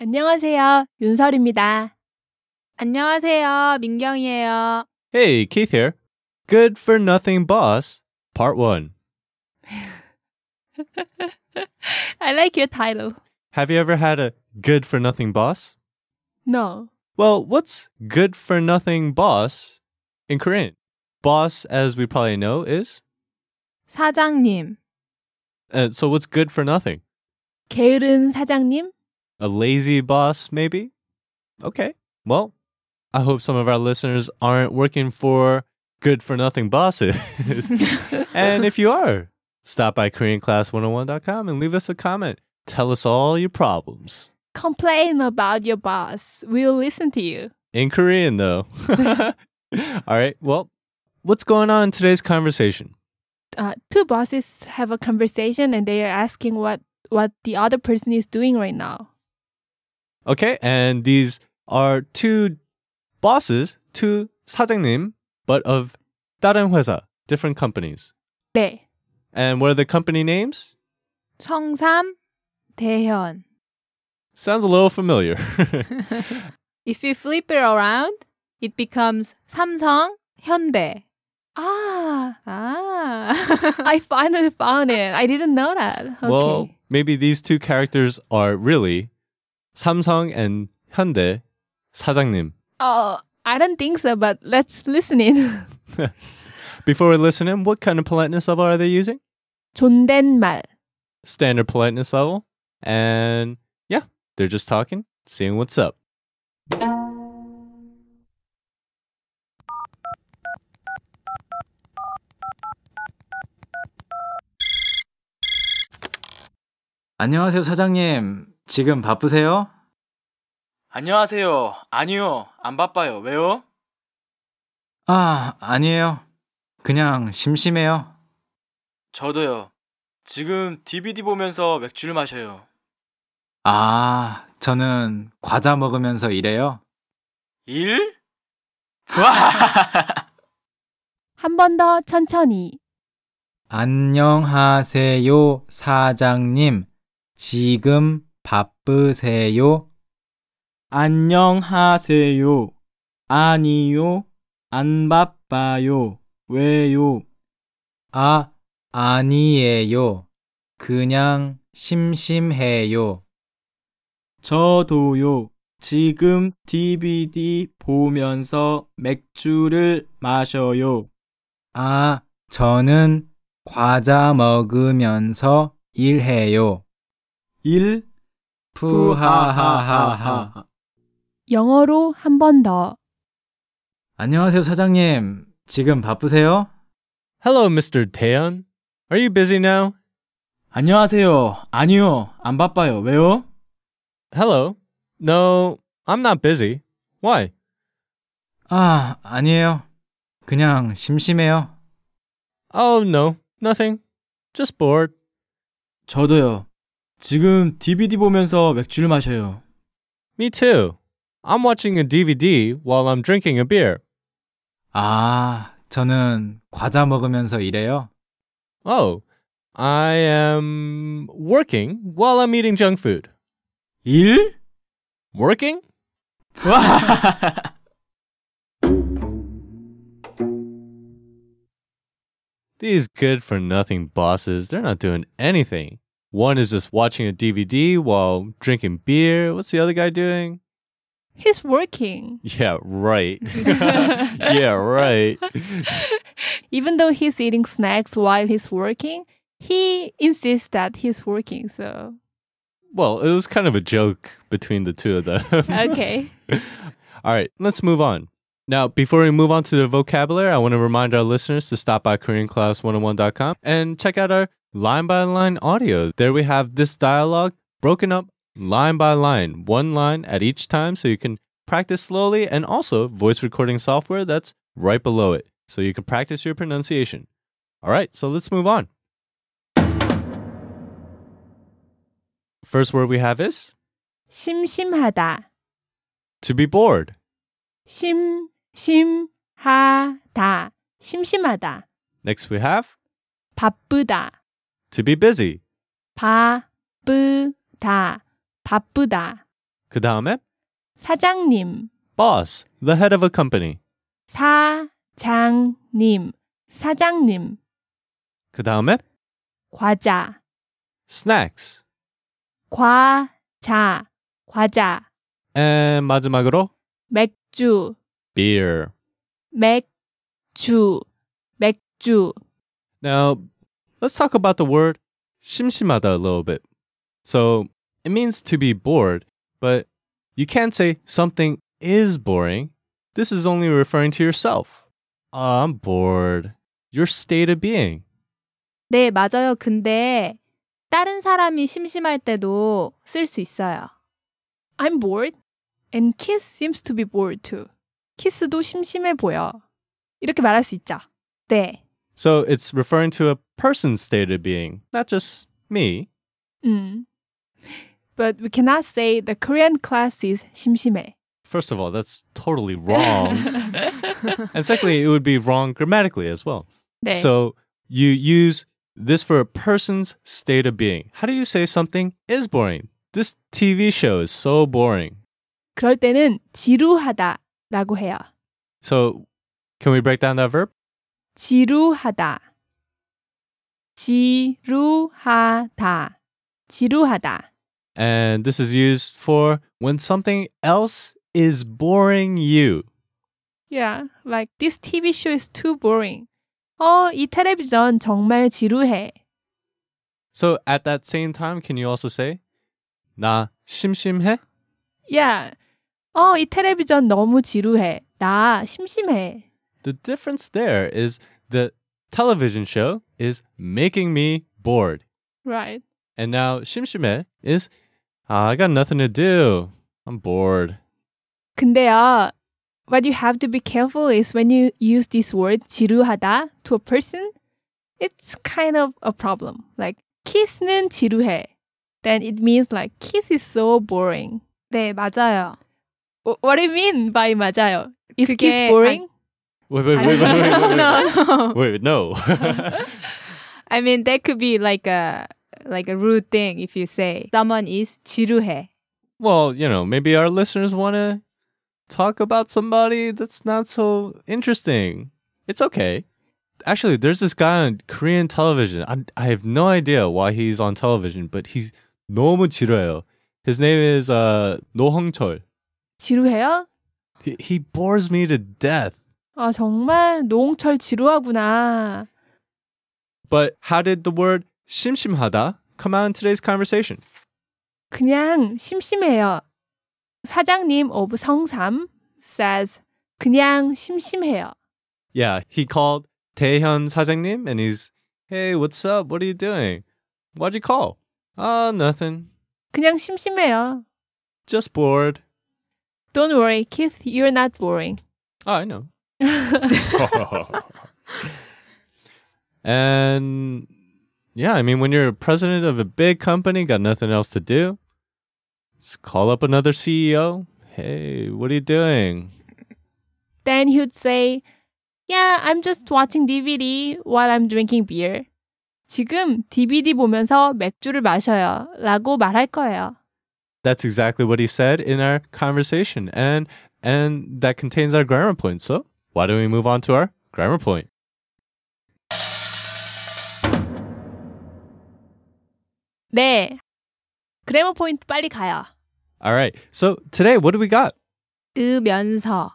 안녕하세요. 윤설입니다. 안녕하세요. 민경이에요. Hey, Keith here. Good for Nothing Boss, Part 1. I like your title. Have you ever had a good for nothing boss? No. Well, what's good for nothing boss in Korean? Boss, as we probably know, is. 사장님. Uh, so, what's good for nothing? 게으른 사장님? A lazy boss, maybe? Okay. Well, I hope some of our listeners aren't working for good for nothing bosses. and if you are, stop by KoreanClass101.com and leave us a comment. Tell us all your problems. Complain about your boss. We'll listen to you. In Korean, though. all right. Well, what's going on in today's conversation? Uh, two bosses have a conversation and they are asking what, what the other person is doing right now. Okay. And these are two bosses, two 사장님, but of 다른 회사, different companies. 네. And what are the company names? 성삼. 대현. Sounds a little familiar. If you flip it around, it becomes 삼성, 현대. Ah, 아. I finally found it. I didn't know that. Okay. Well, maybe these two characters are really Samsung and Hyundai 사장님. oh, I don't think so, but let's listen in. Before we listen in, what kind of politeness level are they using? 존댓말. Standard politeness level. And yeah, they're just talking, seeing what's up. 안녕하세요, 사장님. 지금 바쁘세요? 안녕하세요. 아니요. 안 바빠요. 왜요? 아, 아니에요. 그냥 심심해요. 저도요. 지금 DVD 보면서 맥주를 마셔요. 아, 저는 과자 먹으면서 일해요. 일? 와! 한 번 더 천천히. 안녕하세요, 사장님. 지금 바쁘세요? 안녕하세요. 아니요. 안 바빠요. 왜요? 아, 아니에요. 그냥 심심해요. 저도요. 지금 DVD 보면서 맥주를 마셔요. 아, 저는 과자 먹으면서 일해요. 일 푸하하하하. 영어로 한 번 더. 안녕하세요, 사장님. 지금 바쁘세요? Hello, Mr. Taeyeon. Are you busy now? 안녕하세요. 아니요. 안 바빠요. 왜요? Hello. No, I'm not busy. Why? 아, 아니에요. 그냥 심심해요. Oh, no, nothing. Just bored. 저도요. 지금 DVD 보면서 맥주를 마셔요. Me too. I'm watching a DVD while I'm drinking a beer. 아, 저는 과자 먹으면서 일해요. Oh, I am working while I'm eating junk food. 일? Working? 와! These good for nothing bosses, they're not doing anything. One is just watching a DVD while drinking beer. What's the other guy doing? He's working. Yeah, right. yeah, right. Even though he's eating snacks while he's working, he insists that he's working. So, Well, it was kind of a joke between the two of them. okay. All right, let's move on. Now, before we move on to the vocabulary, I want to remind our listeners to stop by KoreanClass101.com and check out our line by line audio. There we have this dialogue broken up line by line, one line at each time, so you can practice slowly, and also voice recording software that's right below it, so you can practice your pronunciation. All right, so let's move on. First word we have is 심심하다. to be bored. 심, 심, 하, 다. 심심하다. Next we have 바쁘다. to be busy. 바, 뿌, 다. 바쁘다. 그 다음에 사장님, boss, the head of a company. 사장님, 사장님, 그 다음에 과자, snacks. 과자, 과자, And 마지막으로 맥주, beer. 맥주, 맥주. Now, let's talk about the word 심심하다 a little bit. So, it means to be bored, but you can't say something is boring. This is only referring to yourself. "Ah, I'm bored. Your state of being. 네, 맞아요. 근데 다른 사람이 심심할 때도 쓸 수 있어요. I'm bored. And Kiss seems to be bored too. 키스도 심심해 보여. 이렇게 말할 수 있죠. 네. So, it's referring to a person's state of being, not just me. 음. But we cannot say the Korean class is 심심해. First of all, that's totally wrong. and secondly, it would be wrong grammatically as well. 네. So you use this for a person's state of being. How do you say something is boring? This TV show is so boring. 그럴 때는 지루하다라고 해요. So can we break down that verb? 지루하다. 지루하다. 지루하다. And this is used for when something else is boring you. Yeah, like this TV show is too boring. 어, 이 텔레비전 정말 지루해. So at that same time, can you also say 나 심심해? Yeah. 어, 이 텔레비전 너무 지루해. 나 심심해. The difference there is the television show is making me bored. Right. And now 심심해 is "Ah, I got nothing to do. I'm bored. 근데요, what you have to be careful is when you use this word 지루하다 to a person, it's kind of a problem. Like kiss는 지루해. Then it means like kiss is so boring. 네, 맞아요. Wh- What do you mean by 맞아요? Is 그게 kiss boring? Wait, wait, I wait, wait, mean, wait, wait, wait. no, no. Wait, no. I mean, that could be like a like a rude thing if you say someone is 지루해. well, you know, maybe our listeners want to talk about somebody that's not so interesting. It's okay. Actually, there's this guy on Korean television. I, I have no idea why he's on television, but he's 너무 지루해요. His name is uh, 노홍철. 지루해요? He, he bores me to death. 아, 정말 노홍철 지루하구나. But how did the word 심심하다 come out in today's conversation? 그냥 심심해요. 사장님 오브 성삼 says 그냥 심심해요. Yeah, he called Taehyun 사장님 and he's, hey, what's up? What are you doing? Why'd you call? Ah, nothing. 그냥 심심해요. Just bored. Don't worry, Keith. You're not boring. Oh, I know. and yeah, I mean, when you're president of a big company, got nothing else to do, just call up another CEO. Hey, what are you doing? Then he'd say, "Yeah, I'm just watching DVD while I'm drinking beer." 지금 DVD 보면서 맥주를 마셔요라고 말할 거예요. That's exactly what he said in our conversation, and and that contains our grammar point. So why don't we move on to our grammar point? 네. 그래머 포인트 빨리 가요. All right. So today, what do we got? 으면서.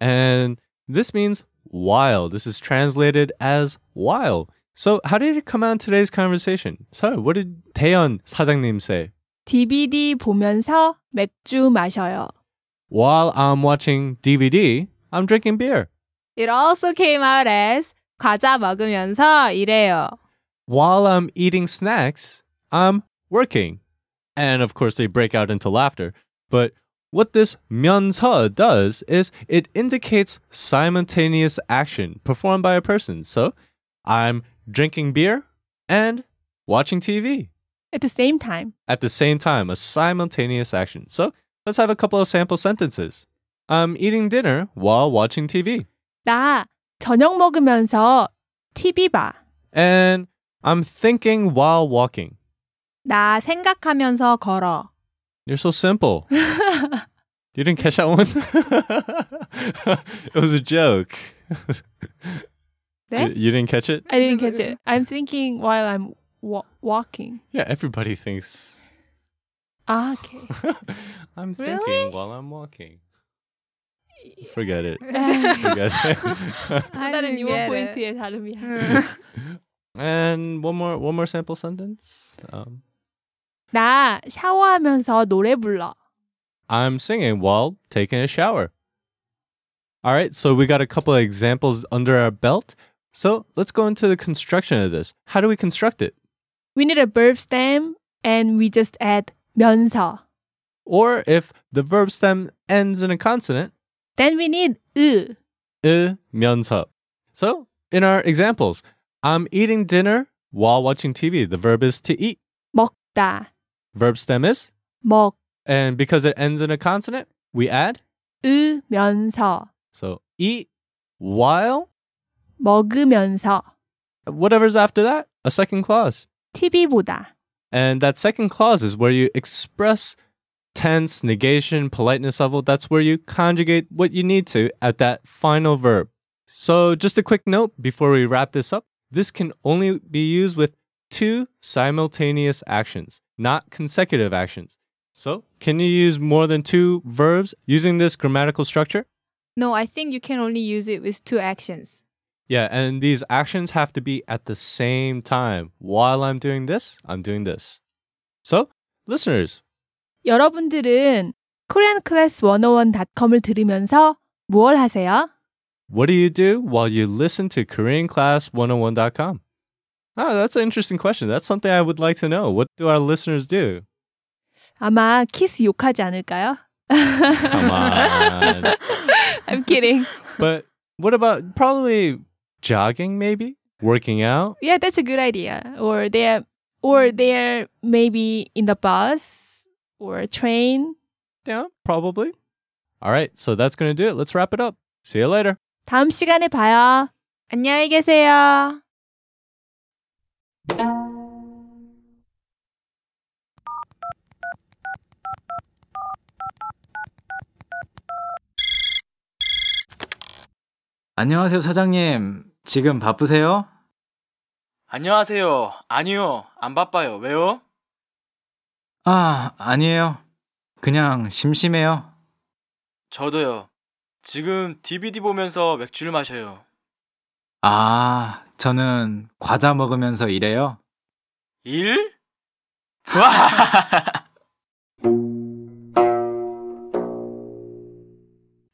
And this means while. This is translated as while. So how did it come out in today's conversation? So what did Taeyeon 사장님 say? DVD 보면서 맥주 마셔요. While I'm watching DVD, I'm drinking beer. It also came out as 과자 먹으면서 이래요. While I'm eating snacks, I'm working. And of course, they break out into laughter. But what this 면서 does is it indicates simultaneous action performed by a person. So I'm drinking beer and watching TV At the same time. at the same time, a simultaneous action. So let's have a couple of sample sentences. I'm eating dinner while watching TV. 나 저녁 먹으면서 TV 봐. And I'm thinking while walking. 나 생각하면서 걸어. You're so simple. you didn't catch that one? it was a joke. 네? Eh? You, you didn't catch it? I didn't catch it. I'm thinking while I'm wa- walking. Yeah, everybody thinks. Ah, okay. I'm thinking Really? while I'm walking. Forget it. Forget it. 아, 그 다른 유머 포인트의 다름이야. 음. and one more one more sample sentence. Um, 나 샤워하면서 노래 불러. I'm singing while taking a shower. All right, so we got a couple of examples under our belt. So let's go into the construction of this. How do we construct it? We need a verb stem and we just add 면서. Or if the verb stem ends in a consonant, Then we need 으. 으면서. So in our examples, I'm eating dinner while watching TV. The verb is to eat. 먹다. Verb stem is, 먹. and because it ends in a consonant, we add. 으면서. So eat while 먹으면서. whatever's after that, a second clause. TV 보다. And that second clause is where you express tense, negation, politeness level. That's where you conjugate what you need to at that final verb. So, just a quick note before we wrap this up this can only be used with two simultaneous actions, not consecutive actions. So, can you use more than two verbs using this grammatical structure? No, I think you can only use it with two actions. Yeah, and these actions have to be at the same time. While I'm doing this, I'm doing this. So, listeners, 여러분들은 koreanclass101.com을 들으면서 무얼 하세요? What do you do while you listen to KoreanClass101.com? Ah, that's an interesting question. That's something I would like to know. What do our listeners do? 아마 키스 욕하지 않을까요? Come on. I'm kidding. but what about probably jogging, maybe? Working out? Yeah, that's a good idea. Or they're or they're maybe in the bus or train. Yeah, probably. All right, so that's going to do it. Let's wrap it up. See you later. 다음 시간에 봐요. 안녕히 계세요. 안녕하세요, 사장님. 지금 바쁘세요? 안녕하세요. 아니요. 안 바빠요. 왜요? 아, 아니에요. 그냥 심심해요. 저도요. 지금 DVD 보면서 맥주를 마셔요. 아, 저는 과자 먹으면서 일해요. 일? 와!